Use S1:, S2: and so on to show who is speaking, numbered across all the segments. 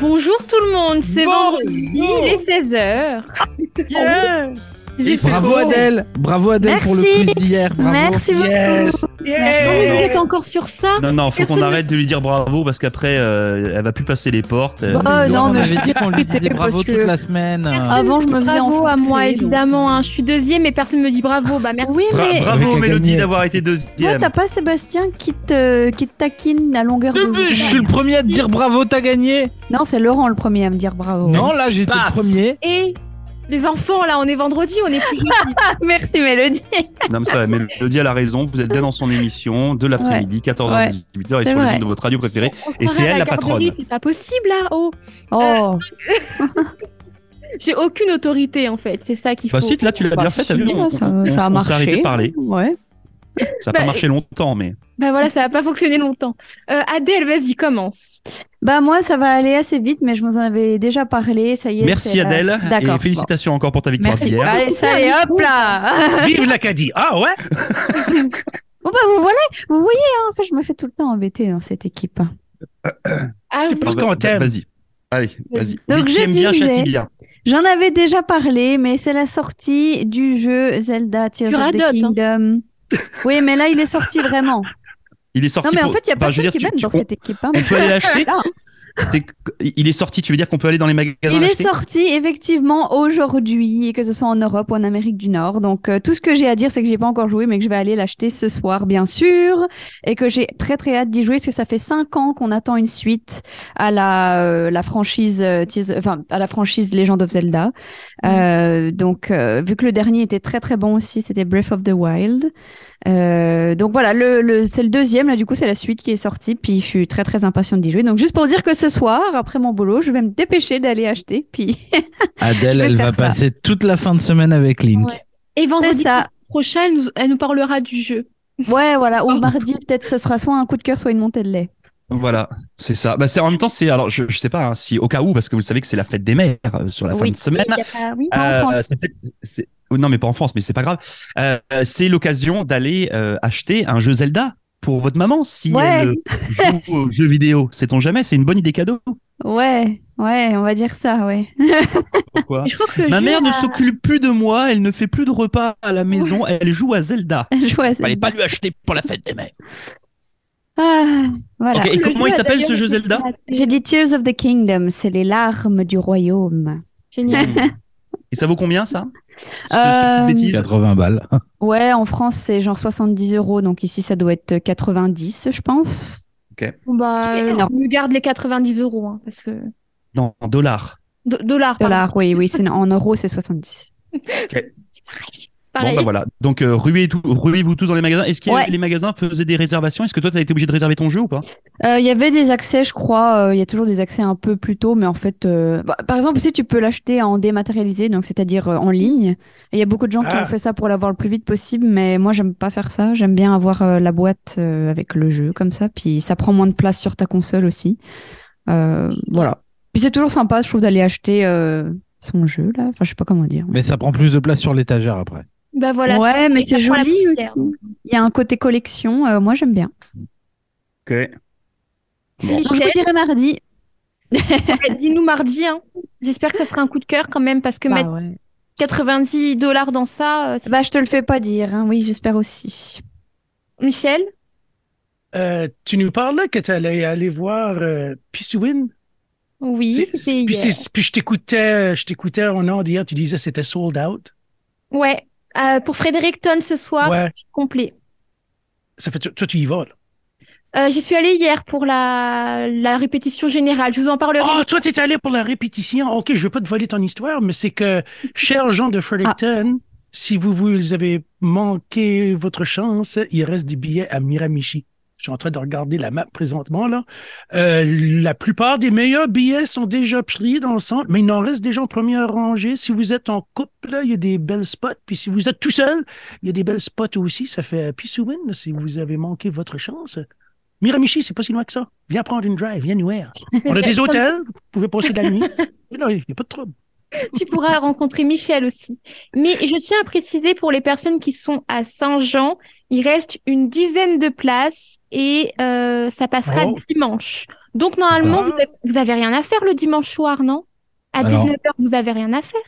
S1: Bonjour tout le monde, c'est
S2: Bonjour.
S1: vendredi, il est 16h.
S2: Yeah
S1: J'ai fait
S3: Bravo
S2: beau.
S3: Adèle, bravo Adèle pour le
S4: Merci.
S3: quiz d'hier. Bravo.
S4: Merci beaucoup.
S2: Yes
S1: Vous
S2: Yeah
S1: êtes encore sur ça
S5: Non, non, faut qu'on
S1: Personne-
S5: arrête de lui dire bravo parce qu'après, euh, elle va plus passer les portes. euh,
S4: Bon,
S5: les
S4: euh,
S5: gens-
S4: non,
S3: on
S4: mais
S3: avait dit qu'on lui
S4: Écoutez,
S3: disait bravo
S4: parce que-
S3: toute la semaine. Ah.
S1: Personne
S4: Avant, je
S1: me
S4: me
S1: dit
S4: faisais
S1: bravo à
S4: enfoncer,
S1: moi,
S4: donc,
S1: évidemment. hein. Je suis deuxième et personne ne me dit bravo. Bah merci.
S4: Oui,
S5: Bra-
S4: mais-
S3: Avec
S5: bravo
S3: un
S5: Mélodie
S3: gagné.
S5: d'avoir été
S4: Toi,
S5: deuxième.
S4: t'as pas Sébastien qui te, qui te taquine à longueur de
S3: Je suis
S4: journée
S3: le premier à te dire bravo, t'as gagné.
S4: Non, c'est Laurent le premier à me dire bravo.
S3: Non, là j'étais
S2: Paf.
S3: le premier.
S1: Et les enfants, là, on est vendredi, on est plus jeudi.
S4: Ah, merci Mélodie.
S5: Non, mais ça, va, Mélodie elle a raison. Vous êtes bien dans son émission de l'après-midi, 14h,
S4: Ouais.
S5: 18h, et
S4: C'est
S5: sur les
S4: vrai.
S5: ondes de votre radio préférée.
S1: On se
S5: Et c'est
S1: croirait à
S5: elle, la
S1: garderie,
S5: patronne.
S1: C'est pas possible là. Oh,
S5: Ah,
S4: Oh,
S1: j'ai aucune autorité en fait. C'est ça qu'il faut.
S5: Bah, si, là, tu l'as bien fait, t'as vu
S4: si,
S5: on-
S4: ça,
S5: on-
S4: ça a
S5: on
S4: marché.
S5: s'est arrêté de parler.
S4: Ouais.
S5: Ça n'a pas
S1: Bah,
S5: marché longtemps, mais.
S1: Bah voilà, ça va pas fonctionner longtemps. Euh, Adèle, vas-y, commence.
S4: Bah moi, ça va aller assez vite, mais je vous en avais déjà parlé. Ça y est.
S5: Merci
S4: c'est, euh,
S5: Adèle,
S4: D'accord.
S5: et félicitations encore pour ta
S4: bon.
S5: victoire
S4: Merci. Bah,
S5: d'hier.
S4: Allez, ça allez, hop là.
S2: Vive l'Acadie Ah ouais
S4: Bon bah vous voilà, vous voyez, hein, en fait, je me fais tout le temps embêter dans cette équipe.
S1: Ah oui.
S2: C'est pas- Parce
S5: Va-
S2: qu'on
S5: va-
S2: t'aime.
S5: Bah, Vas-y. Allez, vas-y.
S4: Donc,
S5: Oui,
S4: je
S5: qui aime bien,
S4: disais-
S5: châtie bien.
S4: J'en avais déjà parlé, mais c'est la sortie du jeu Zelda Tears
S1: Tu
S4: of
S1: radotes,
S4: the
S1: hein.
S4: Kingdom. Oui, mais là, il est sorti vraiment.
S5: Il est sorti.
S4: Non, mais en
S5: pour-
S4: fait, il n'y a
S5: Enfin, Bah, je
S4: personne
S5: veux dire,
S4: qui
S5: tu-
S4: m'aime
S5: tu-
S4: dans
S5: on-
S4: cette équipe. hein.
S5: On peut aller l'acheter
S4: Là.
S5: C'est- Il est sorti, tu veux dire qu'on peut aller dans les magasins
S4: Il est
S5: l'acheter
S4: sorti effectivement aujourd'hui, et que ce soit en Europe ou en Amérique du Nord. Donc euh, tout ce que j'ai à dire, c'est que j'ai pas encore joué, mais que je vais aller l'acheter ce soir, bien sûr, et que j'ai très très hâte d'y jouer parce que ça fait cinq ans qu'on attend une suite à la euh, la franchise, euh, Tears- enfin à la franchise Legend of Zelda.
S5: Mm.
S4: Euh, donc euh, vu que le dernier était très très bon aussi, c'était Breath of the Wild. Euh, donc voilà, le, le, c'est le deuxième, là du coup c'est la suite qui est sortie, puis je suis très très impatiente d'y jouer. Donc juste pour dire que ce soir, après mon boulot, je vais me dépêcher d'aller acheter, puis
S3: Adèle,
S4: Je vais
S3: elle
S4: faire
S3: va
S4: ça.
S3: passer toute la fin de semaine avec Link.
S4: Ouais.
S1: Et vendredi
S4: C'est ça.
S1: prochain, elle nous, elle nous parlera du jeu.
S4: ouais voilà, ou mardi peut-être ce sera soit un coup de cœur, soit une montée de lait.
S5: Voilà, c'est ça. Bah, c'est en même temps, c'est alors je, je sais pas hein, si au cas où parce que vous le savez que c'est la fête des mères euh, sur la fin
S4: Oui.
S5: de semaine.
S4: oui, pas
S5: Euh,
S4: en France.
S5: c'est peut-être- c'est- oh, non, mais pas en France, mais c'est pas grave. Euh, euh, c'est l'occasion d'aller euh, acheter un jeu Zelda pour votre maman si
S4: Ouais.
S5: elle euh, joue aux jeux vidéo. Sait-on jamais C'est une bonne idée cadeau.
S4: Ouais, ouais, on va dire ça, ouais.
S5: Pourquoi
S1: Je crois que le
S5: Ah. Ma
S1: jeu
S5: mère
S1: a-
S5: ne s'occupe plus de moi. Elle ne fait plus de repas à la maison. Elle joue à Zelda.
S4: Je vois ça.
S5: Fallait pas lui acheter pour la fête des mères.
S4: Ah, voilà.
S5: Ok, Et
S1: Le
S5: comment
S1: jeu
S5: il
S1: a
S5: s'appelle ce
S1: d'ailleurs
S5: jeu
S1: été
S5: Zelda
S1: raté.
S4: J'ai dit Tears of the Kingdom, c'est les larmes du royaume.
S1: Génial.
S5: Et ça vaut combien ça Cette-
S4: Euh,
S5: cette petite bêtise.
S3: 80 balles.
S4: Ouais, en France c'est genre 70 euros, donc ici ça doit être 90, je pense.
S1: Bon, bah,
S4: Ce qui est
S1: euh,
S4: énorme.
S1: on me garde les 90 euros, hein, parce que.
S5: Non, en dollars.
S1: Do- dollars, pardon.
S4: Dollars, oui, oui, c'est- en euros, c'est 70.
S1: C'est
S5: Bon,
S1: pareil.
S5: bah voilà. Donc, euh, ruez tout- ruez-vous tous dans les magasins. Est-ce que
S4: Ouais.
S5: les magasins faisaient des réservations Est-ce que toi, t'as été obligé de réserver ton jeu ou pas
S4: Euh, Il y avait des accès, je crois. euh, Il y a toujours des accès un peu plus tôt, mais en fait, euh, bah, par exemple, si tu peux l'acheter en dématérialisé, donc c'est-à-dire euh, en ligne. Et Il y a beaucoup de gens qui
S2: Ah.
S4: ont fait ça pour l'avoir le plus vite possible, mais moi, j'aime pas faire ça. J'aime bien avoir euh, la boîte euh, avec le jeu comme ça, puis ça prend moins de place sur ta console aussi. Euh, voilà. Puis c'est toujours sympa, je trouve, d'aller acheter euh, son jeu là. Enfin, je sais pas comment dire.
S3: Mais ça prend plus de place sur l'étagère après.
S1: Bah voilà,
S4: ouais, mais c'est
S1: ça prend la
S4: joli aussi.
S1: poussière.
S4: Il y a un côté collection. euh, moi, j'aime bien.
S5: Ok.
S4: Donc, je vous dirai mardi.
S1: Ouais, Dis-nous mardi. hein. J'espère que ça sera un coup de cœur quand même, parce que
S4: Bah,
S1: mettre 90 dollars dans ça, euh, c'est-
S4: Bah, je te le fais pas dire, hein. oui, j'espère aussi.
S1: Michel,
S2: Euh, Tu nous parlais que tu allais aller voir euh, Peace Win
S1: oui,
S2: C'est-
S1: c'était
S2: puis,
S1: hier.
S2: c'est- puis je t'écoutais, je t'écoutais en ordre hier, tu disais c'était sold out.
S1: Ouais, Euh, pour Fredericton ce soir,
S2: Ouais.
S1: c'est complet.
S2: Ça fait, toi, tu y vas, là.
S1: Euh, J'y suis allée hier pour la... la répétition générale. Je vous en parlerai.
S2: Oh, toi, t'es allé pour la répétition. OK, je veux pas te voler ton histoire, mais c'est que, chers gens de Fredericton, si vous, vous avez manqué votre chance, il reste des billets à Miramichi. Je suis en train de regarder la map présentement, là. Euh, la plupart des meilleurs billets sont déjà pris dans le centre, mais il en reste déjà en première rangée. Si vous êtes en couple, là, il y a des belles spots. Puis si vous êtes tout seul, il y a des belles spots aussi. Ça fait peace to win si vous avez manqué votre chance. Miramichi, c'est pas si loin que ça. Viens prendre une drive, viens nous voir. On a des hôtels, vous pouvez passer la nuit. Mais Non, il n'y a pas de trouble.
S1: tu pourras rencontrer Michel aussi. Mais je tiens à préciser pour les personnes qui sont à Saint-Jean, il reste une dizaine de places et euh, ça passera
S2: Oh.
S1: dimanche. Donc normalement,
S2: Ah.
S1: vous, avez, vous avez rien à faire le dimanche soir, non À
S3: Alors.
S1: 19h, vous avez rien à faire.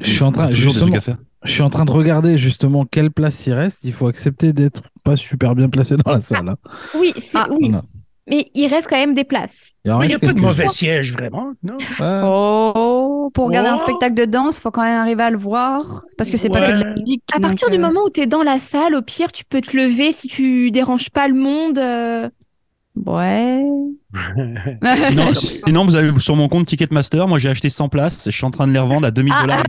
S3: Je suis en train,
S5: toujours des
S3: justement,
S5: trucs à faire.
S3: je suis en train de regarder justement quelle place il reste. Il faut accepter d'être pas super bien placé dans la salle. hein.
S1: Oui, c'est
S4: Ah.
S1: oui.
S3: Non.
S1: Mais il reste quand même des places.
S3: en
S2: Mais il n'y a
S3: reste
S2: pas de
S3: quelques-uns.
S2: mauvais siège, vraiment, non?
S3: Ouais.
S4: Oh, pour regarder un
S2: Oh.
S4: spectacle de danse, faut quand même arriver à le voir parce que c'est pas que de la
S2: Ouais.
S4: musique.
S1: À
S4: donc,
S1: partir du
S4: euh,
S1: moment où tu es dans la salle, au pire, tu peux te lever si tu déranges pas le monde. euh,
S4: Ouais.
S5: Sinon, sinon, vous avez sur mon compte Ticketmaster, moi j'ai acheté 100 places, et je suis en train de les revendre à 2000 dollars.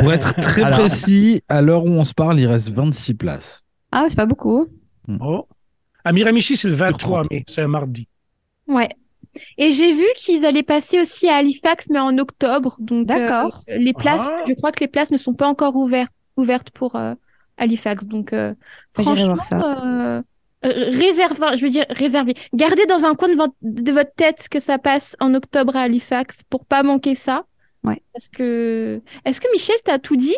S3: Pour être très
S5: Alors.
S3: précis, à l'heure où on se parle, il reste 26 places.
S4: Ah, c'est pas beaucoup.
S2: Oh. À Miramichi, c'est le 23 mai, c'est un mardi.
S1: Ouais. Et j'ai vu qu'ils allaient passer aussi à Halifax, mais en octobre. Donc, euh,
S4: D'accord.
S1: les places,
S2: Ah.
S1: je crois que les places ne sont pas encore ouvertes, ouvertes pour euh, Halifax. Donc, euh,
S4: Ça, j'irai voir
S1: franchement, euh, euh, réservez- je veux dire réservez. Gardez dans un coin de, votre- de votre tête que ça passe en octobre à Halifax pour pas manquer ça.
S4: Ouais.
S1: Parce que, est-ce que Michel t'as tout dit?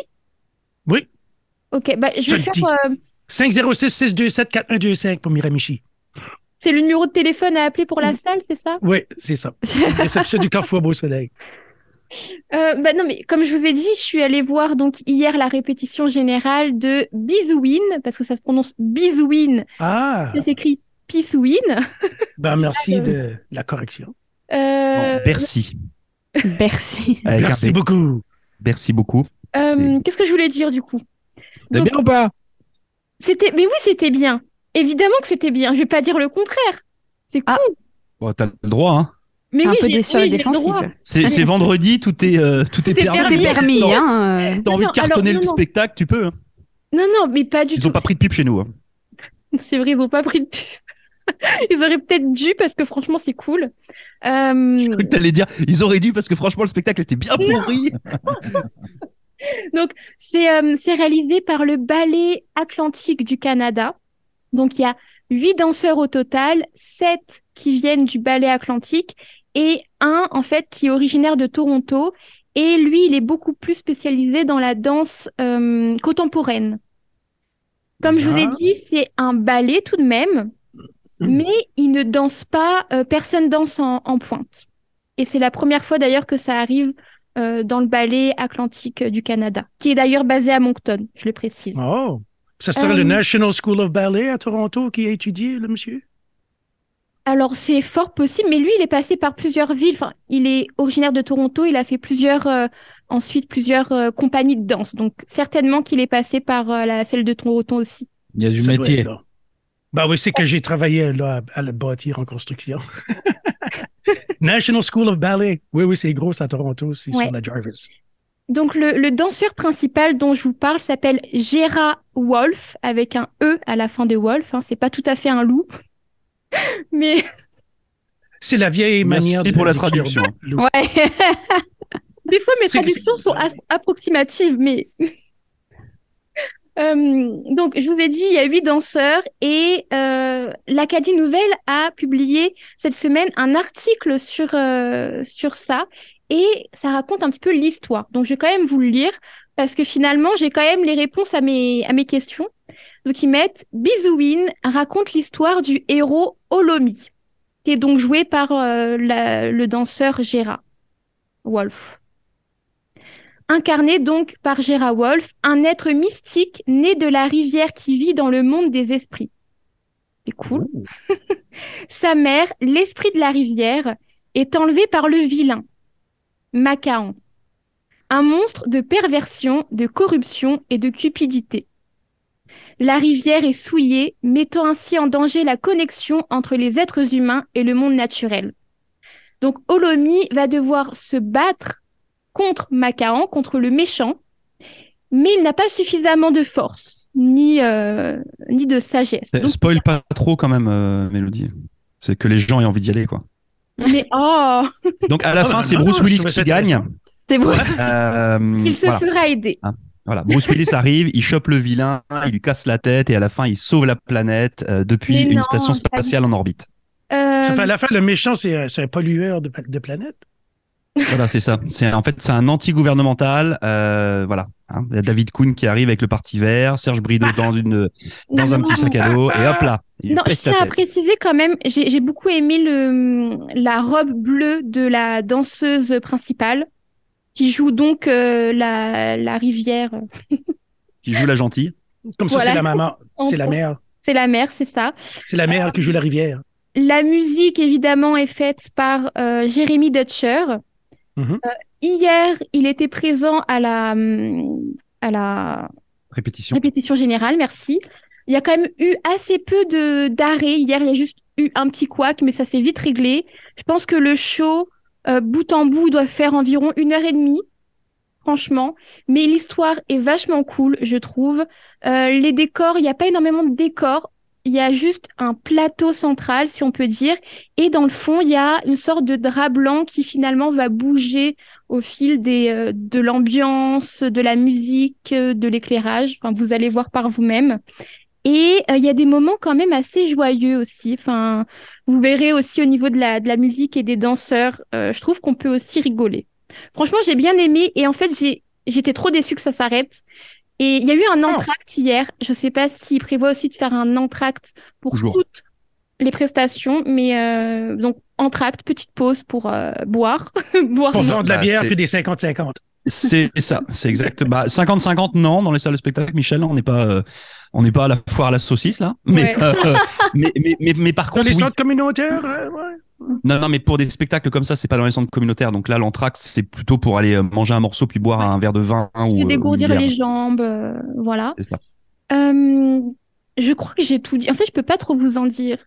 S2: Oui.
S1: Ok, bah, je
S2: Je
S1: vais
S2: le
S1: faire.
S2: dis.
S1: euh,
S2: 506-627-4125 pour Miramichi.
S1: c'est le numéro de téléphone à appeler pour
S4: Mm.
S1: la salle, c'est ça?
S2: Oui, c'est ça. Réception du Carrefour Beau Soleil.
S1: Euh, bah non, mais comme je vous ai dit, je suis allée voir donc hier la répétition générale de Bisouin, parce que ça se prononce Bisouin,
S2: Ah,
S1: ça s'écrit Pisouin.
S2: ben merci de la correction.
S1: Euh,
S5: Merci.
S4: Bercy.
S5: Avec un
S2: Merci
S5: B.
S2: beaucoup.
S5: Eh, Merci beaucoup.
S1: euh, qu'est-ce que je voulais dire du coup?
S3: C'est
S1: Donc,
S3: bien ou pas
S1: C'était, mais oui, c'était bien. Évidemment que c'était bien. Je vais pas dire le contraire. C'est cool.
S4: Ah.
S5: Bon, T'as le droit, hein.
S1: mais
S4: un
S1: oui,
S4: peu
S1: j'ai-
S4: déçu sur
S1: oui,
S4: la
S1: j'ai le droit.
S4: défensive.
S5: C'est c'est vendredi, tout est, euh, tout est
S1: Tout est
S5: permis.
S4: Tout est permis,
S5: T'as-
S4: hein. euh.
S5: T'as envie
S1: Non,
S5: de cartonner
S1: alors,
S5: le
S1: non, non.
S5: spectacle, tu peux. hein.
S1: Non, non, mais pas du
S5: Ils
S1: tout.
S5: ont pas pris de pipe chez nous. hein.
S1: C'est vrai, ils ont pas pris de Ils auraient peut-être dû parce que franchement, c'est cool. Euh,
S5: Je croyais que t'allais dire, ils auraient dû parce que franchement le spectacle était bien pourri.
S1: C'est euh, c'est réalisé par le Ballet Atlantique du Canada. Donc, il y a huit danseurs au total, sept qui viennent du Ballet Atlantique et un, en fait, qui est originaire de Toronto. Et lui, il est beaucoup plus spécialisé dans la danse euh, contemporaine. Comme je vous ai
S2: Ah.
S1: dit, c'est un ballet tout de même,
S2: Mmh.
S1: mais il ne danse pas, euh, personne danse en, en pointe. Et c'est la première fois d'ailleurs que ça arrive euh, dans le ballet atlantique euh, du Canada, qui est d'ailleurs basé à Moncton, je le précise.
S2: Oh, ça serait
S1: Euh,
S2: le National School of Ballet à Toronto qui a étudié le monsieur?
S1: Alors c'est fort possible, mais lui il est passé par plusieurs villes. Enfin, il est originaire de Toronto, il a fait plusieurs euh, ensuite plusieurs euh, compagnies de danse. Donc certainement qu'il est passé par euh, la celle de Toronto aussi.
S3: Il y a du
S2: Ça doit
S3: métier.
S2: être là. Ben oui, c'est que j'ai travaillé là, à, à le bâtir en construction. National School of Ballet. Oui, oui, c'est gros, c'est à Toronto, c'est
S1: Ouais.
S2: sur la Jarvis.
S1: Donc le, le danseur principal dont je vous parle s'appelle Gera Wolf avec un E à la fin de Wolf. Hein. C'est pas tout à fait un loup, mais
S2: C'est la vieille
S5: Merci
S2: manière de
S5: pour la
S2: d'écrire
S5: traduction.
S2: le-
S4: Ouais.
S1: Des fois, mes
S2: C'est-
S1: traductions sont as- approximatives, mais. Euh, donc, je vous ai dit, il y a huit danseurs et euh, l'Acadie Nouvelle a publié cette semaine un article sur, euh, sur ça et ça raconte un petit peu l'histoire. Donc, je vais quand même vous le lire parce que finalement, j'ai quand même les réponses à mes, à mes questions. Donc, ils mettent Bisouin raconte l'histoire du héros Olomi, qui est donc joué par euh, la- le danseur Gera Wolf incarné donc par Gérard Wolf, un être mystique né de la rivière qui vit dans le monde des esprits. C'est cool. Sa mère, l'esprit de la rivière, est enlevée par le vilain, Macaon, un monstre de perversion, de corruption et de cupidité. La rivière est souillée, mettant ainsi en danger la connexion entre les êtres humains et le monde naturel. Donc Olomi va devoir se battre contre Macahan, contre le méchant, mais il n'a pas suffisamment de force, ni, euh, ni de sagesse.
S5: Euh,
S1: Donc,
S5: Spoil pas trop quand même, euh, Mélodie. C'est que les gens aient envie d'y aller, quoi.
S1: mais oh,
S5: Donc à la
S2: Ah,
S5: fin,
S2: bah,
S5: c'est
S2: non,
S5: Bruce
S2: non,
S5: Willis
S2: je trouvais
S5: qui
S2: ça
S5: gagne.
S2: intéressant.
S4: C'est bon.
S5: Euh,
S1: il se
S5: voilà.
S1: fera aider.
S5: Voilà, Bruce Willis arrive, il chope le vilain, il lui casse la tête et à la fin, il sauve la planète euh, depuis
S1: Mais
S5: une
S1: non,
S5: station spatiale en orbite.
S1: Euh,
S2: Ça fait à la fin, le méchant, c'est un, c'est un pollueur de, de planète.
S5: Voilà, c'est ça. C'est en fait c'est un anti-gouvernemental. euh, voilà, hein. Il y a David Kuhn qui arrive avec le Parti Vert, Serge Brideau
S1: Ah.
S5: dans une dans un petit sac à dos et hop là. il
S1: Non, je
S5: pète la
S1: tiens à
S5: tête.
S1: préciser quand même, j'ai j'ai beaucoup aimé le, la robe bleue de la danseuse principale qui joue donc euh, la, la rivière. euh,
S5: Qui joue la gentille.
S2: Comme ça,
S1: Voilà.
S2: c'est la maman, c'est la
S1: Entre-
S2: mère,
S1: C'est la mer, c'est ça.
S2: c'est la mère qui joue la rivière.
S1: La musique, évidemment, est faite par euh, Jérémy Dutcher.
S2: Mhm.
S1: Euh, hier, il était présent à la, hum, à la
S5: Répétition.
S1: répétition générale, merci. Il y a quand même eu assez peu de d'arrêts. Hier, il y a juste eu un petit couac, mais ça s'est vite réglé. Je pense que le show, euh, bout en bout, doit faire environ une heure et demie, franchement. Mais l'histoire est vachement cool, je trouve. Euh, les décors, il n'y a pas énormément de décors. Il y a juste un plateau central, si on peut dire. Et dans le fond, il y a une sorte de drap blanc qui finalement va bouger au fil des, euh, de l'ambiance, de la musique, euh, de l'éclairage. Enfin, vous allez voir par vous-même. Et euh, il y a des moments quand même assez joyeux aussi. Enfin, vous verrez aussi au niveau de la, de la musique et des danseurs, euh, je trouve qu'on peut aussi rigoler. Franchement, j'ai bien aimé et en fait, j'ai, j'étais trop déçue que ça s'arrête. Et il y a eu un
S2: Ah.
S1: entracte hier. Je sais pas s'il prévoit aussi de faire un entracte pour
S5: Toujours.
S1: toutes les prestations, mais euh, donc entracte, petite pause pour euh, boire, boire.
S2: Pour
S1: non.
S2: vendre de la
S5: Bah,
S2: bière
S5: c'est-
S2: puis des 50-50.
S5: C'est ça, c'est exact. Bah 50-50 non dans les salles de spectacle, Michel, on n'est pas euh, on n'est pas à la foire à la saucisse là. Mais
S1: Ouais.
S5: euh, mais, mais, mais- mais par
S2: Dans
S5: contre,
S2: les
S5: oui.
S2: centres communautaires, euh, ouais.
S5: non non mais pour des spectacles comme ça, c'est pas dans les centres communautaires. Donc là, l'entracte, c'est plutôt pour aller euh, manger un morceau puis boire un verre de vin hein, ou
S1: se
S5: euh,
S1: dégourdir
S5: une bière.
S1: les jambes, euh, voilà.
S5: C'est ça.
S1: Euh, je crois que j'ai tout dit. En fait, je peux pas trop vous en dire.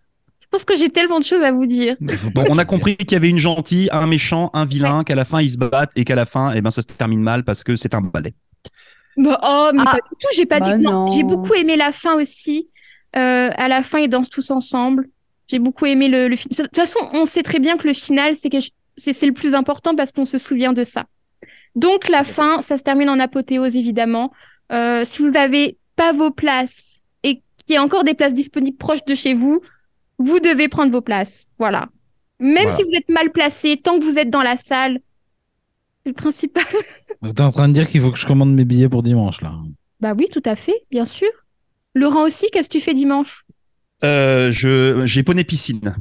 S1: Je pense que j'ai tellement de choses à vous dire.
S5: Bon, on a compris qu'il y avait une gentille, un méchant, un vilain, qu'à la fin ils se battent et qu'à la fin, eh ben, ça se termine mal parce que c'est un ballet.
S1: Bah, oh, mais
S4: Ah.
S1: pas du tout, j'ai pas
S4: Bah
S1: dit. Non,
S4: non.
S1: j'ai beaucoup aimé la fin aussi. Euh, à la fin, ils dansent tous ensemble. J'ai beaucoup aimé le, le film. De toute façon, on sait très bien que le final, c'est quelque- c'est c'est le plus important parce qu'on se souvient de ça. Donc, la fin, ça se termine en apothéose, évidemment. Euh, si vous n'avez pas vos places et qu'il y a encore des places disponibles proches de chez vous, vous devez prendre vos places. Voilà. Même
S5: Voilà.
S1: si vous êtes mal placé, tant que vous êtes dans la salle, c'est le principal.
S3: T'es en train de dire qu'il faut que je commande mes billets pour dimanche, là.
S1: Bah oui, tout à fait, bien sûr. Laurent aussi, qu'est-ce que tu fais dimanche
S5: Euh, je, j'ai poney piscine.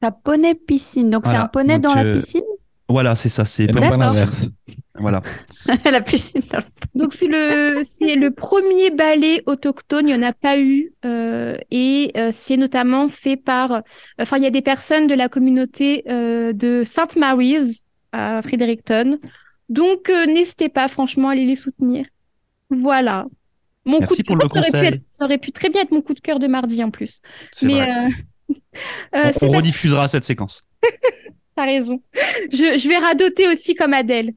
S4: T'as poney piscine. Donc,
S5: Voilà.
S4: c'est un poney dans
S5: Donc,
S4: la
S5: euh,
S4: piscine
S5: Voilà, c'est ça,
S1: Eh
S5: c'est
S3: Et non
S1: ben,
S5: poney
S3: pas
S4: D'accord.
S3: l'inverse.
S5: Voilà.
S4: La piscine dans le-
S1: Donc c'est le c'est le premier ballet autochtone, il n'y en a pas eu euh, et euh, c'est notamment fait par enfin il y a des personnes de la communauté euh, de Sainte Mary's à Fredericton. Donc euh, n'hésitez pas franchement à aller les soutenir. Voilà. Mon
S5: Merci
S1: coup de
S5: pour
S1: cœur,
S5: le
S1: ça aurait, pu
S5: conseil.
S1: être- ça aurait pu très bien être mon coup de cœur de mardi en plus.
S5: C'est
S1: Mais
S5: vrai.
S1: euh, euh,
S5: on,
S1: c'est
S5: on
S1: pas-
S5: rediffusera cette séquence.
S1: t'as raison. Je, je vais radoter aussi comme Adèle.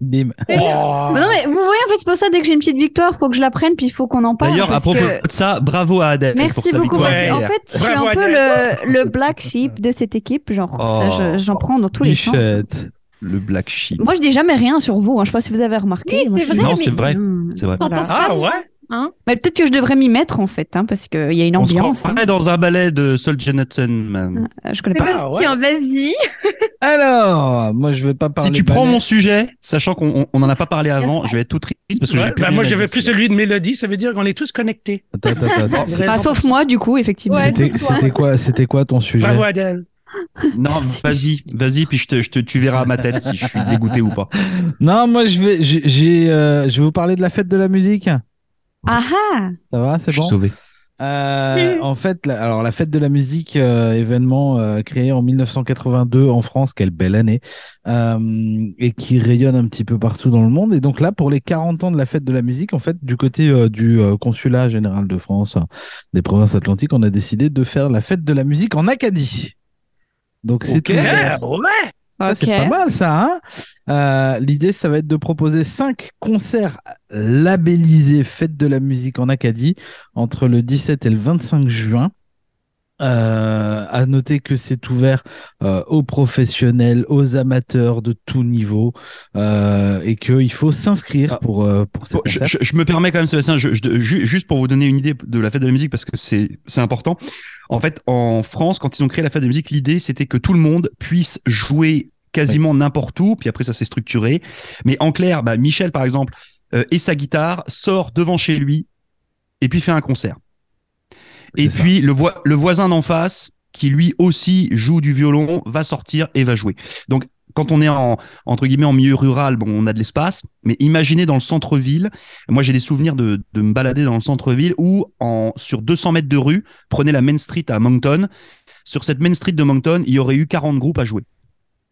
S3: Bim.
S5: Ah.
S2: Oh.
S4: Mais non, mais vous voyez, en fait, c'est pour ça, dès que j'ai une petite victoire, faut que je la prenne, puis il faut qu'on en parle.
S5: D'ailleurs, à
S4: parce
S5: propos
S4: que-
S5: de ça, bravo à Adèle pour
S4: Merci
S5: sa
S4: beaucoup.
S5: victoire.
S4: parce que, en fait, je suis
S2: Bravo,
S4: un peu le, le black sheep de cette équipe. Genre,
S5: Oh. euh,
S4: ça, je- j'en prends dans tous les sens.
S3: Bichette.
S5: Le Black Sheep.
S4: Moi, je dis jamais rien sur vous. Hein. Je sais pas si vous avez remarqué.
S1: Oui,
S4: Moi,
S1: c'est
S4: je suis-
S1: vrai,
S5: Non, c'est vrai.
S4: Hum.
S5: C'est vrai.
S1: T'en
S4: Voilà.
S1: penses
S2: Ah
S1: pas, moi
S2: ouais?
S4: Mais peut-être que je devrais m'y mettre en fait, hein, parce qu'il y a une
S5: On se
S4: ambiance.
S5: croirait dans un ballet de Sol Jonathan. man.
S4: hein. Je connais
S1: Eh
S4: pas.
S1: Sébastien, vas-y.
S3: Alors, moi, je vais pas parler.
S5: Si tu prends
S3: ballet.
S5: mon sujet, sachant qu'on n'en a pas parlé avant, je vais être tout triste parce que je
S2: Ouais,
S5: vais plus
S2: bah,
S5: rien
S2: moi,
S5: à
S2: j'avais
S5: dire.
S2: plus celui de Mélodie, ça veut dire qu'on est tous connectés.
S3: Attends, attends, attends.
S2: Vous avez
S4: Bah,
S2: raison.
S4: sauf moi, du coup, effectivement.
S1: Ouais.
S3: C'était
S1: toi.
S3: c'était quoi, c'était quoi ton sujet
S2: Bravo, Adèle.
S5: Non, vas-y, vas-y, puis je te, je te- tu verras à ma tête si je suis dégoûté ou pas.
S3: Non, moi je vais, j'ai, j'ai, euh, je vais vous parler de la fête de la musique. Ça
S4: Ah ah
S3: va, c'est
S5: Je suis
S3: bon.
S5: sauvé.
S3: Euh, en fait, la, alors la fête de la musique, euh, événement euh, créé en 1982 en France, quelle belle année, euh, et qui rayonne un petit peu partout dans le monde. Et donc là, pour les 40 ans de la fête de la musique, en fait, du côté euh, du euh, consulat général de France, euh, des provinces atlantiques, on a décidé de faire la fête de la musique en Acadie. Donc c'est euh,
S5: Ok.
S3: ouvert-
S2: Ah, ouais.
S3: ça,
S4: Ok.
S3: C'est pas mal ça. hein Euh, L'idée, ça va être de proposer cinq concerts labellisés Fête de la musique en Acadie entre le 17 et le 25 juin. Euh, à noter que c'est ouvert euh, aux professionnels, aux amateurs de tout niveau, euh, et qu'il faut s'inscrire
S5: Ah.
S3: pour euh, pour ces
S5: Bon, je,
S3: concerts.
S5: je- je me permets quand même, Sébastien, je- je- ju- juste pour vous donner une idée de la fête de la musique, parce que c'est c'est important. En fait, en France, quand ils ont créé la fête de la musique, l'idée, c'était que tout le monde puisse jouer quasiment n'importe où. Puis après, ça s'est structuré. Mais en clair, bah, Michel, par exemple, euh, et sa guitare, sort devant chez lui et puis fait un concert. Et
S3: C'est ça.
S5: puis le, voi- le voisin d'en face, qui lui aussi joue du violon, va sortir et va jouer. Donc quand on est en entre guillemets en milieu rural, bon, on a de l'espace, mais imaginez dans le centre-ville. Moi, j'ai des souvenirs de, de me balader dans le centre-ville où en sur 200 mètres de rue, prenez la Main Street à Moncton. Sur cette Main Street de Moncton, il y aurait eu 40 groupes à jouer.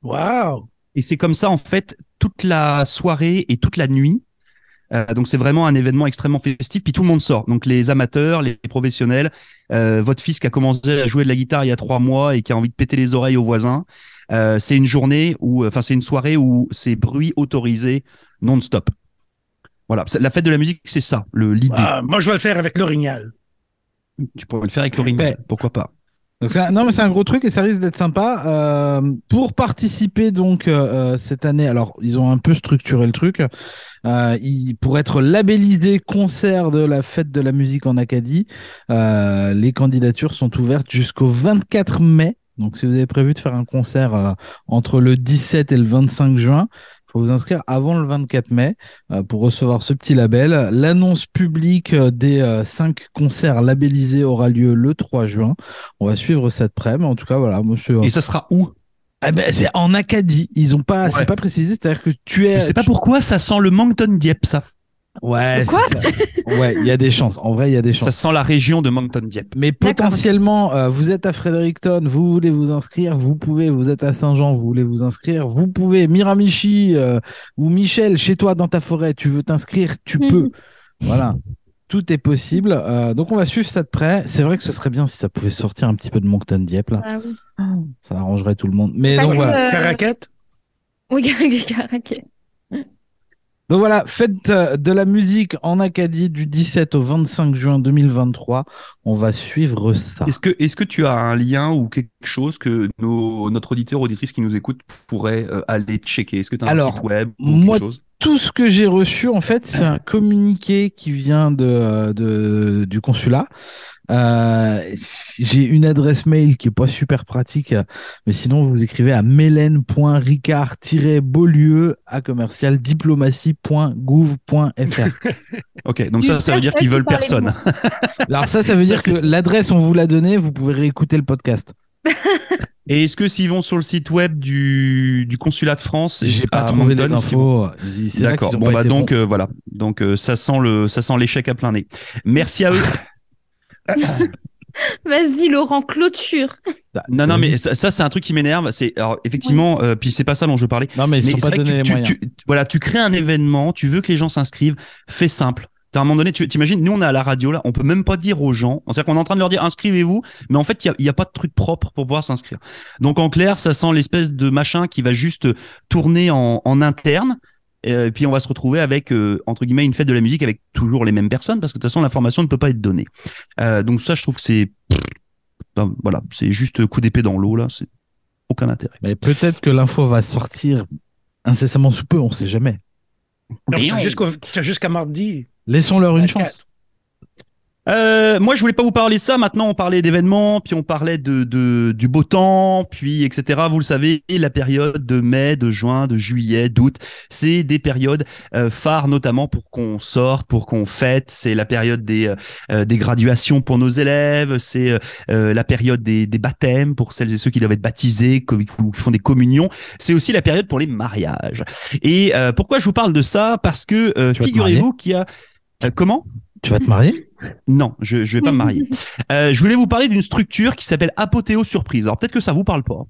S2: Wow!
S5: Et c'est comme ça, en fait, toute la soirée et toute la nuit. Euh, donc, c'est vraiment un événement extrêmement festif. Puis tout le monde sort. Donc, les amateurs, les professionnels, euh, votre fils qui a commencé à jouer de la guitare il y a trois mois et qui a envie de péter les oreilles aux voisins. Euh, c'est une journée où, euh, enfin, c'est une soirée où c'est bruit autorisé non-stop. Voilà. C'est- La fête de la musique, c'est ça, le, l'idée.
S2: Ah, moi, je vais le faire avec l'orignal.
S5: Bah, Tu pourrais le faire avec l'orignal.
S3: Ouais.
S5: Pourquoi pas?
S3: Donc c'est un- non mais c'est un gros truc et ça risque d'être sympa Euh, pour participer donc euh, cette année. Alors ils ont un peu structuré le truc Euh, ils- pour être labellisé concert de la fête de la musique en Acadie. euh, les candidatures sont ouvertes jusqu'au 24 mai. Donc si vous avez prévu de faire un concert euh, entre le 17 et le 25 juin. Faut vous inscrire avant le 24 mai euh, pour recevoir ce petit label. L'annonce publique euh, des euh, cinq concerts labellisés aura lieu le 3 juin. On va suivre ça de près, mais en tout cas, voilà, moi, c'est-
S5: Et ça sera où?
S3: Ah ben, c'est en Acadie. Ils ont pas,
S5: Ouais.
S3: c'est pas précisé, c'est-à-dire que tu es.
S5: Je sais pas pourquoi ça sent le Moncton Dieppe, ça.
S3: Ouais,
S4: Quoi
S3: Eh, c'est ça. ouais, il y a des chances. En vrai, il y a des
S5: Ça
S3: chances.
S5: sent la région de Moncton Dieppe.
S3: Mais
S4: D'accord.
S3: potentiellement, euh, vous êtes à Fredericton, vous voulez vous inscrire, vous pouvez. Vous êtes à Saint-Jean, vous voulez vous inscrire, vous pouvez. Miramichi euh, ou Michel, chez toi dans ta forêt, tu veux t'inscrire, tu
S1: Mhm.
S3: peux. Voilà. Tout est possible. Euh, donc on va suivre ça de près. C'est vrai que ce serait bien si ça pouvait sortir un petit peu de Moncton Dieppe là.
S1: Ah oui.
S3: Ça arrangerait tout le monde. Mais
S1: Parce
S3: donc
S1: que,
S3: voilà.
S1: euh,
S2: Caraquette?
S1: Oui, Caraquet.
S3: Donc voilà, fête euh, de la musique en Acadie du 17 au 25 juin 2023. On va suivre ça.
S5: Est-ce que, est-ce que tu as un lien ou quelque chose que nos, notre auditeur, auditrice qui nous écoute pourrait euh, aller checker Est-ce que tu as
S3: Alors,
S5: un site web ou
S3: moi-
S5: quelque chose
S3: Tout ce que j'ai reçu, en fait, c'est un communiqué qui vient de, euh, de- du consulat. Euh, j'ai une adresse mail qui est pas super pratique, euh, mais sinon vous écrivez à mélène.ricard-beaulieu à commercial diplomatie.gouv.fr.
S5: Ok, donc
S1: Tu
S5: ça, ça veut dire qu'ils
S1: personne qui parle
S5: veulent personne.
S3: Alors ça, ça veut dire que l'adresse, on vous l'a donnée, vous pouvez réécouter le podcast.
S5: Et est-ce que s'ils vont sur le site web du, du consulat de France,
S3: J'ai
S5: à
S3: pas trouvé les
S5: Moncton, est-ce qu'ils vont-
S3: infos. Ils- c'est là
S5: D'accord.
S3: qu'ils ont
S5: Bon
S3: pas
S5: bah
S3: été
S5: donc euh, voilà. Donc euh, ça sent le, ça sent l'échec à plein nez. Merci à eux.
S1: Vas-y, Laurent, clôture.
S3: bons.
S5: euh, non non mais ça, ça, c'est un truc qui m'énerve. C'est alors effectivement, euh, puis c'est pas ça dont je parlais.
S3: non mais ils se
S5: Mais
S3: sont
S5: c'est
S3: pas
S5: vrai que
S3: donné les
S5: tu, tu-
S3: moyens.
S5: tu- voilà, tu crées un événement, tu veux que les gens s'inscrivent, fais simple. T'as un moment donné, tu t'imagines, nous on est à la radio là, on peut même pas dire aux gens, c'est-à-dire qu'on est en train de leur dire inscrivez-vous, mais en fait il y a, il y a pas de truc propre pour pouvoir s'inscrire. Donc en clair, ça sent l'espèce de machin qui va juste tourner en, en interne. euh, Et puis on va se retrouver avec euh, entre guillemets une fête de la musique avec toujours les mêmes personnes parce que de toute façon l'information ne peut pas être donnée. Euh, donc ça je trouve que c'est ben, voilà c'est juste coup d'épée dans l'eau là c'est aucun intérêt.
S3: Mais peut-être que l'info va sortir incessamment sous peu, on sait jamais.
S2: Donc,
S5: Et
S2: t'as
S5: on-
S2: jusqu'au- t'as jusqu'à mardi.
S3: Laissons-leur une chance.
S2: 24.
S5: Euh, moi, je voulais pas vous parler de ça. Maintenant, on parlait d'événements, puis on parlait de, de du beau temps, puis etc. Vous le savez, la période de mai, de juin, de juillet, d'août, c'est des périodes euh, phares, notamment pour qu'on sorte, pour qu'on fête. C'est la période des euh, des graduations pour nos élèves. C'est euh, euh, la période des, des baptêmes pour celles et ceux qui doivent être baptisés, comme- ou qui font des communions. C'est aussi la période pour les mariages. Et euh, pourquoi je vous parle de ça Parce que euh,
S3: Tu vas te
S5: figurez-vous qu'il y a euh, comment
S3: Tu vas te marier
S5: non, je je vais pas me marier. Euh, je voulais vous parler d'une structure qui s'appelle Apothéo Surprise. Alors peut-être que ça vous parle pas.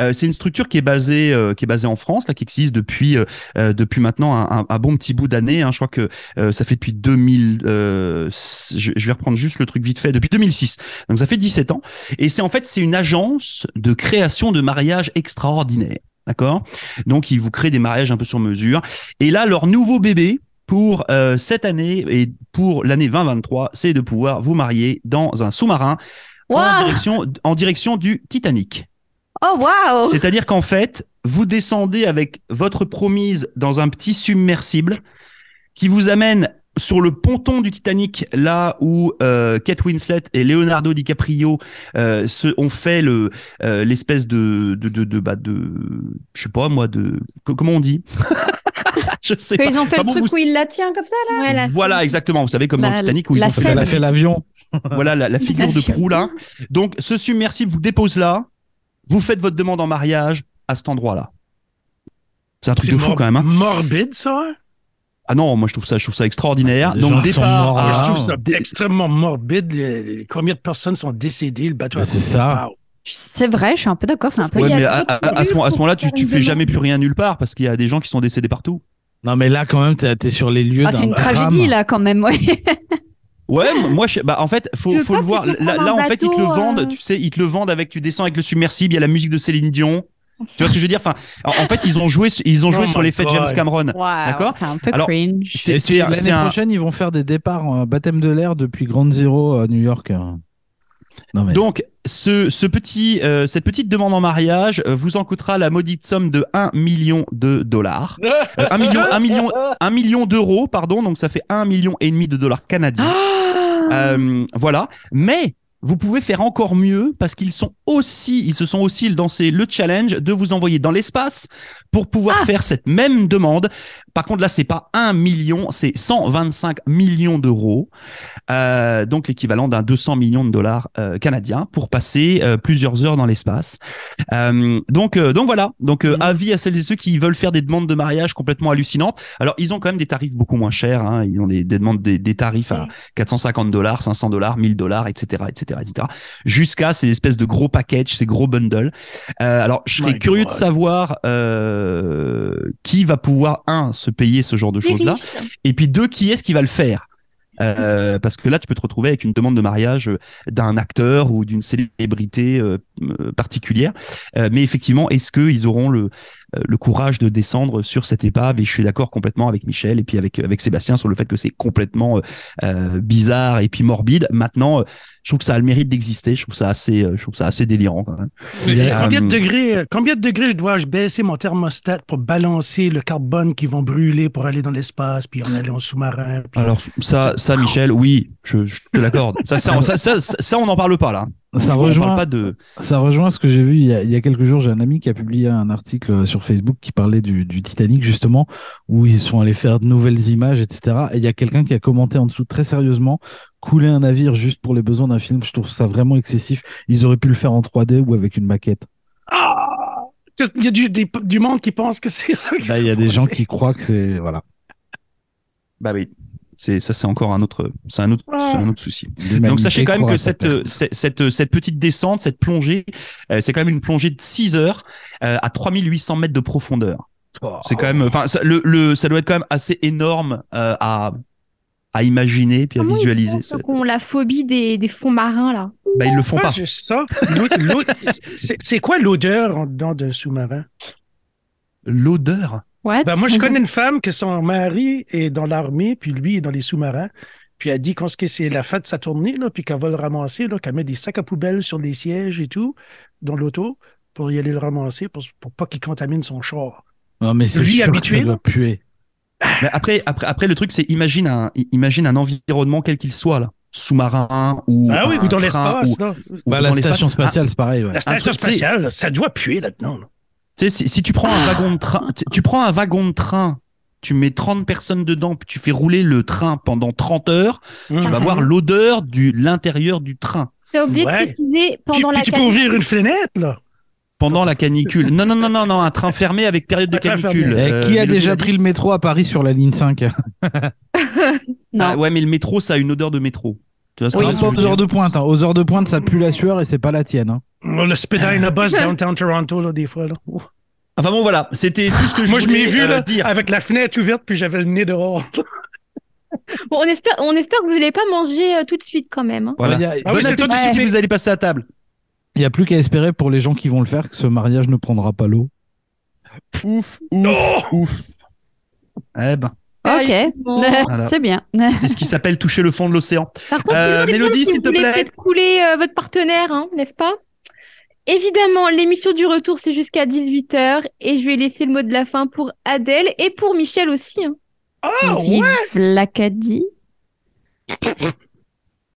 S5: Euh, c'est une structure qui est basée euh, qui est basée en France, là, qui existe depuis euh, euh, depuis maintenant un, un- un bon petit bout d'années. Hein. Je crois que euh, ça fait depuis 2000. euh, je, je vais reprendre juste le truc vite fait. Depuis 2006. Donc ça fait 17 ans. Et c'est en fait c'est une agence de création de mariages extraordinaires. D'accord. Donc ils vous créent des mariages un peu sur mesure. Et là leur nouveau bébé pour euh, cette année et pour l'année 2023, c'est de pouvoir vous marier dans un sous-marin en,
S4: Waouh
S5: direction, en direction du Titanic.
S4: Oh waouh
S5: C'est-à-dire qu'en fait, vous descendez avec votre promise dans un petit submersible qui vous amène sur le ponton du Titanic, là où euh, Kate Winslet et Leonardo DiCaprio euh, se ont fait le euh, l'espèce de de de de, bah, de je sais pas moi de co- comment on dit je sais pas
S4: Ils ont fait
S5: Enfin
S4: le
S5: bon,
S4: truc
S5: vous-
S4: où il la tient comme ça là
S1: Voilà.
S5: voilà exactement vous savez comme dans
S4: La-
S5: Titanic où ils
S4: Bah, la
S5: ont fait
S3: Elle
S4: scène.
S5: la,
S3: a fait l'avion.
S5: voilà la, la figure de proue là donc ce submersible vous dépose là vous faites votre demande en mariage à cet endroit là c'est un truc
S2: C'est
S5: de fou
S2: mor-
S5: quand même hein.
S2: morbide, ça. hein?
S5: ah non moi je trouve ça je trouve ça extraordinaire
S2: Bah,
S3: Les gens
S5: donc
S3: sont
S5: départ
S3: morts,
S5: à-
S2: Moi, je
S3: Ah.
S2: trouve ça
S5: Dé-
S2: extrêmement morbide. Les, les- combien de personnes sont décédées, le bateau a
S3: Mais c'est
S2: coulé.
S3: ça.
S2: Wow.
S4: C'est vrai, je suis un peu d'accord, c'est un peu.
S1: Il
S5: Ouais,
S1: y a
S5: mais à,
S1: d'autres
S5: à- à ce,
S1: lieux
S5: moment- à ce
S1: pour
S5: moment-là, tu,
S1: faire
S5: tu
S1: une
S5: fais jamais
S1: demande.
S5: plus rien nulle part parce qu'il y a des gens qui sont décédés partout.
S3: Non, mais là, quand même, t'es t'es sur les lieux
S4: Ah,
S3: d'un
S4: c'est une
S3: drame.
S4: tragédie là quand même. ouais.
S5: Ouais, m- moi, je, bah, en fait, faut,
S1: Tu veux
S5: faut
S1: pas
S5: le voir.
S1: plutôt
S5: Là,
S1: prendre
S5: là,
S1: un
S5: en fait, ils te le
S1: bateau,
S5: vendent,
S1: euh,
S5: tu sais, ils te le vendent avec, tu descends avec le submersible, il y a la musique de Céline Dion. Tu vois ce que je veux dire? Enfin, en en fait, ils ont joué, ils ont joué
S2: Oh
S5: sur
S2: my
S5: l'effet
S2: God.
S5: James Cameron. D'accord.
S4: C'est un peu
S5: Alors,
S4: cringe.
S5: C'est,
S3: Et
S5: c'est,
S3: c'est-
S5: un- c'est
S3: L'année
S5: un,
S3: prochaine, ils vont faire des départs en baptême de l'air depuis Ground Zero à New York. hein. Non, mais.
S5: Donc, ce, ce petit, euh, cette petite demande en mariage euh, vous en coûtera la maudite somme de 1 million de dollars. Euh, 1 million, 1 million, 1 million d'euros, pardon, donc ça fait 1 million et demi de dollars canadiens. Euh, voilà. Mais vous pouvez faire encore mieux parce qu'ils sont aussi, ils se sont aussi lancés le challenge de vous envoyer dans l'espace pour pouvoir faire cette même demande. Par contre, là, c'est pas 1 million, c'est 125 millions d'euros. Euh, donc l'équivalent d'un 200 millions de dollars euh, canadiens pour passer euh, plusieurs heures dans l'espace. Euh, donc euh, donc voilà, donc euh, avis à celles et ceux qui veulent faire des demandes de mariage complètement hallucinantes. Alors ils ont quand même des tarifs beaucoup moins chers, hein. ils ont des, des demandes des, des tarifs à 450 dollars, 500 dollars, 1000 dollars, etc., etc., etc. Jusqu'à ces espèces de gros packages, ces gros bundles. Euh, alors je serais
S2: My
S5: curieux de
S2: God.
S5: savoir euh, qui va pouvoir un se payer ce genre de
S1: Les
S5: choses là.
S1: riches.
S5: Et puis deux, qui est-ce qui va le faire Euh, parce que là, tu peux te retrouver avec une demande de mariage euh, d'un acteur ou d'une célébrité euh, euh, particulière. Euh, mais effectivement, est-ce qu'ils auront le, euh, le courage de descendre sur cette épave Et je suis d'accord complètement avec Michel et puis avec, euh, avec Sébastien sur le fait que c'est complètement euh, euh, bizarre et puis morbide. Maintenant, euh, je trouve que ça a le mérite d'exister. Je trouve ça assez, euh, je trouve ça assez délirant quand même.
S2: Mais
S5: Yeah.
S2: Combien, de
S5: Um,
S2: degrés, euh, combien de degrés je dois-je baisser mon thermostat pour balancer le carbone qui vont brûler pour aller dans l'espace, puis en aller en sous-marin? puis-
S5: Alors ça, ça, Michel, oui, je, je te l'accorde. Ça, ça, ça, ça, ça, on n'en parle pas là.
S3: Ça
S5: on
S3: rejoint,
S5: parle pas de.
S3: ça rejoint ce que j'ai vu il y, a, il y a quelques jours. J'ai un ami qui a publié un article sur Facebook qui parlait du, du Titanic, justement, où ils sont allés faire de nouvelles images, etc. Et il y a quelqu'un qui a commenté en dessous très sérieusement couler un navire juste pour les besoins d'un film. Je trouve ça vraiment excessif. Ils auraient pu le faire en 3D ou avec une maquette.
S2: Ah! Qu'est-ce- Il y a du, des- du monde qui pense que c'est ça. qui
S3: Là,
S2: s'est
S3: Ben, Bah, il y a des
S2: passé.
S3: gens qui croient que c'est. Voilà.
S5: Bah oui. C'est ça, c'est encore un autre, c'est un autre, c'est un autre souci.
S3: L'humanité
S5: Donc sachez quand même
S3: croit
S5: que
S3: à sa
S5: cette, euh, cette, cette, cette petite descente, cette plongée, euh, c'est quand même une plongée de 6 heures euh, à 3800 mètres de profondeur.
S3: perte.
S5: C'est quand même, enfin, ça, le, le, ça doit être quand même assez énorme euh, à à imaginer puis à
S1: Comment ils
S5: visualiser.
S1: font, ceux
S5: C'est-
S1: qui ont la phobie des, des fonds marins, là.
S5: Bah ils le font
S2: Ouais,
S5: pas.
S2: je sens l'eau- l'eau- c'est- C'est quoi l'odeur en dedans d'un sous-marin?
S5: L'odeur.
S4: What
S5: Bah,
S2: Ben, moi, je connais une femme que son mari est dans l'armée, puis lui est dans les sous-marins. Puis elle dit qu'on ce que c'est la fête de sa tournée, là, puis qu'elle va le ramasser, là, qu'elle met des sacs à poubelle sur les sièges et tout, dans l'auto, pour y aller le ramasser, pour, pour pas qu'il contamine son char.
S3: Non, mais c'est
S2: Lui,
S3: sûr que
S2: habitué,
S3: ça doit
S2: là.
S3: puer.
S5: Mais après, après, après le truc, c'est imagine un, imagine un environnement quel qu'il soit là, sous-marin ou
S2: Ah oui,
S5: Ben un
S2: ou dans
S5: train,
S2: l'espace,
S5: ou-
S2: là.
S5: ou
S3: Bah,
S5: dans
S3: la
S5: l'espace.
S3: station spatiale, c'est pareil. ouais.
S2: La station
S5: truc, tu sais-
S2: spatiale, là, ça doit puer là-dedans. là.
S5: Tu sais, si, si tu prends un
S4: Ah.
S5: wagon de train, tu, tu prends un wagon de train, tu mets 30 personnes dedans, puis tu fais rouler le train pendant 30 heures, tu
S4: Mhm.
S5: vas voir l'odeur du l'intérieur du train
S1: T'as oublié
S2: Ouais.
S1: de préciser
S2: Puis,
S1: pendant
S2: puis
S1: la
S2: tu peux ouvrir une fenêtre, là.
S5: pendant la canicule. Non non non non non, un train fermé avec période de
S2: Un train
S5: canicule.
S2: fermé.
S3: Eh,
S5: Euh,
S3: qui a
S5: Mélodie
S3: déjà
S5: l'a dit.
S3: pris le métro à Paris sur la ligne 5
S4: Non.
S5: Ah ouais, mais le métro ça a une odeur de métro. Tu vois ce que
S4: Oui.
S5: je
S3: Pas
S5: veux dire
S3: aux heures de pointe. hein. Aux heures de pointe, ça pue la sueur et c'est pas la tienne. hein.
S2: Le Spadina Bus downtown Toronto, là, des fois, là. Ouh.
S5: Enfin bon voilà, c'était tout ce que je
S2: Moi, je
S5: voulais,
S2: m'ai vu,
S5: euh,
S2: là, Ah,
S5: dire.
S2: avec la fenêtre ouverte, puis j'avais le nez dehors.
S1: Bon, on espère, on espère que vous n'allez pas manger euh, tout de suite quand même. hein.
S5: Voilà.
S3: Il y a-
S2: Ah
S5: Bon
S2: oui, c'est toi qui
S5: appétit si
S2: souffles.
S5: vous allez passer à table.
S3: Il n'y a plus qu'à espérer pour les gens qui vont le faire que ce mariage ne prendra pas l'eau.
S5: Ouf ouf ouf. Oh Eh ben,
S4: Ok.
S1: Sérieusement.
S5: Voilà.
S4: c'est bien.
S5: c'est ce qui s'appelle toucher le fond de l'océan.
S1: Par contre,
S5: Euh,
S1: toujours des
S5: Mélodie,
S1: choses si
S5: s'il
S1: vous
S5: te
S1: voulez
S5: plaît.
S1: peut-être couler euh, votre partenaire, hein, n'est-ce pas Évidemment, l'émission du retour, c'est jusqu'à 18h. Et je vais laisser le mot de la fin pour Adèle et pour Michel aussi. hein.
S2: Ah,
S5: Oh,
S4: Vive l'Acadie.